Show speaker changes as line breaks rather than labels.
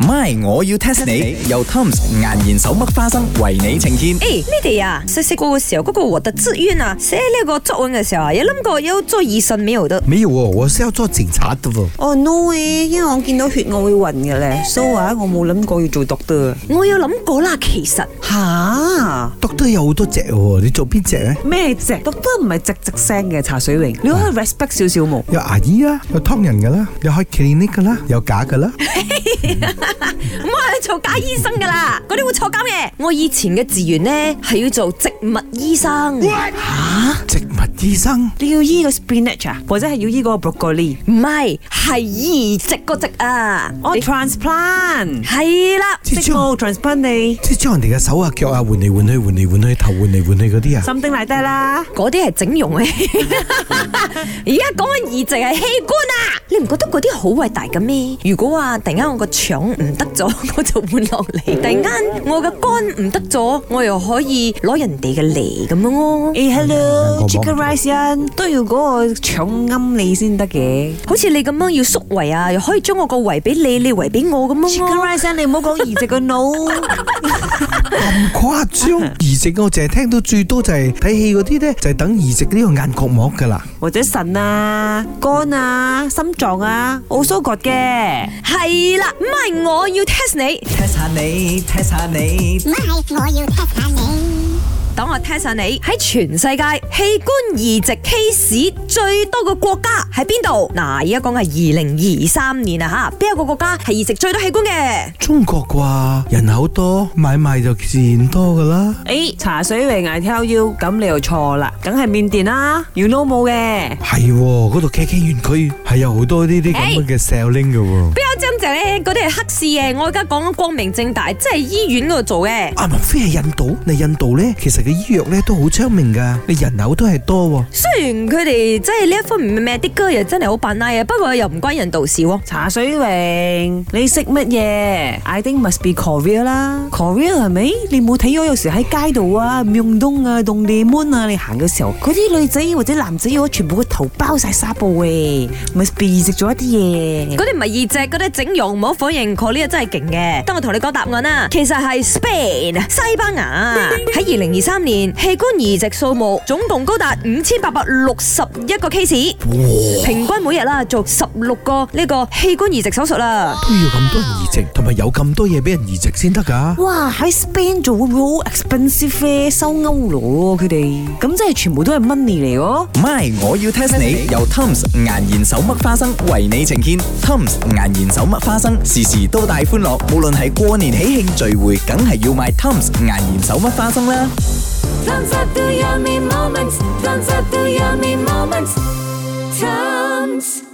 My，我要 test 你。由 Tom's 岩鹽手剝花生為你呈現。
誒，你哋啊，細細個嘅時候嗰個我的志願啊，寫呢個作文嘅時候啊，有諗過要做醫生沒有的？
沒有哦，我是要做警察的喎。
哦、no 誒，因為我見到血我會暈嘅咧，so 啊，我冇諗過要做 doctor
我有諗過啦，其實
啊。
doctor 有好多隻喎，你做邊隻咧？
吓，咩隻 doctor 唔係直直聲嘅茶水榮，你可以 respect 少少冇？
有牙醫啦，有劏人噶啦，有開 clinic 噶啦，有假噶啦。
唔係做假醫生噶啦，嗰啲會坐監嘅。我以前嘅志願呢，係要做植物醫生，唔
植物醫生
你要醫個 spinach à? 啊，或者係要醫個 broccoli。
係係移植個植啊，
哦，transplant，
係啦，
即
植
將
物 transplant 你
即將人哋嘅手啊腳啊換嚟換去換嚟換去頭換嚟換去嗰啲啊。
心定嚟得啦。
嗰啲係整容嘅。 而家講緊移植係器官啊，你唔覺得嗰啲好偉大嘅咩？如果話突然間我個腸唔得咗， 我就換落嚟；突然間我嘅肝唔得咗，我又可以攞人哋嘅嚟咁樣咯。
誒
我冇
，hello，chicken rice 人都要嗰個腸啱你先得嘅。
好似你咁樣要縮圍啊，又可以將我個圍俾你，你圍俾我咁樣
chicken
咯。
rice 人，你唔好講移植個腦。
咁誇張？移植我淨係聽到最多就係睇戲嗰啲咧，就係等移植呢個眼角膜噶啦。
或者腎啊、肝啊、心臟啊，我蘇割嘅。
係啦，唔係我要 test 你，
test 下你，test 下你。
My，我要 test 下你。
等我 test 下你喺全世界器官移植 case 最多嘅國家喺邊度？嗱，而家講嘅係二零二三年啊吓，邊一個國家係移植最多器官嘅？
中國啩，人口多，買賣就自然多噶啦。
誒，茶水榮 I tell you，咁你又錯啦，梗係緬甸啦，you know 冇嘅。
係喎，嗰度 K K 園區係有好多呢啲咁樣嘅 selling 嘅喎。
不要爭就咧，嗰啲係黑市嘅，我而家講緊光明正大，即係醫院嗰度做嘅。
啊，莫非係印度？你印度咧，其實嘅醫藥咧都好昌明噶，你人口都係多
雖然佢哋即係呢一方面咩啲歌又真係好扮拉啊，不過又唔關人道事喎。
茶水榮，你識乜嘢？I think must be Korea 啦，Korea 係咪？你冇睇我有時喺街度啊，明洞啊、洞地 moon 啊，你行嘅時候，嗰啲女仔或者男仔，我全部個頭包晒紗布嘅，must be 移植咗一啲嘢。
嗰啲唔係二隻，嗰啲係整容，唔好否認佢呢個真係勁嘅。等我同你講答案啦，其實係 Spain 西班牙喺二零二三年器官移植數目總共高達五千八百六十一個 case，平均每日啦做十六個呢個器官移植手術啦。
喎，都要咁多人移植，同埋有咁多嘢俾人移植先得㗎。
哇！喺 Spain 做會唔會好 뭐 expensive 咧？收歐羅喎佢哋，咁即係全部都係 money 嚟喎。
My，我要 test 你。由 Tom's 岩鹽手剝花生為你呈現。Tom's 岩鹽手剝花生時時都帶歡樂，無論係過年喜慶聚會，梗係要買 Tom's 岩鹽手剝花生啦。
Thumbs up the yummy moments. Thumbs up the yummy moments. Thumbs.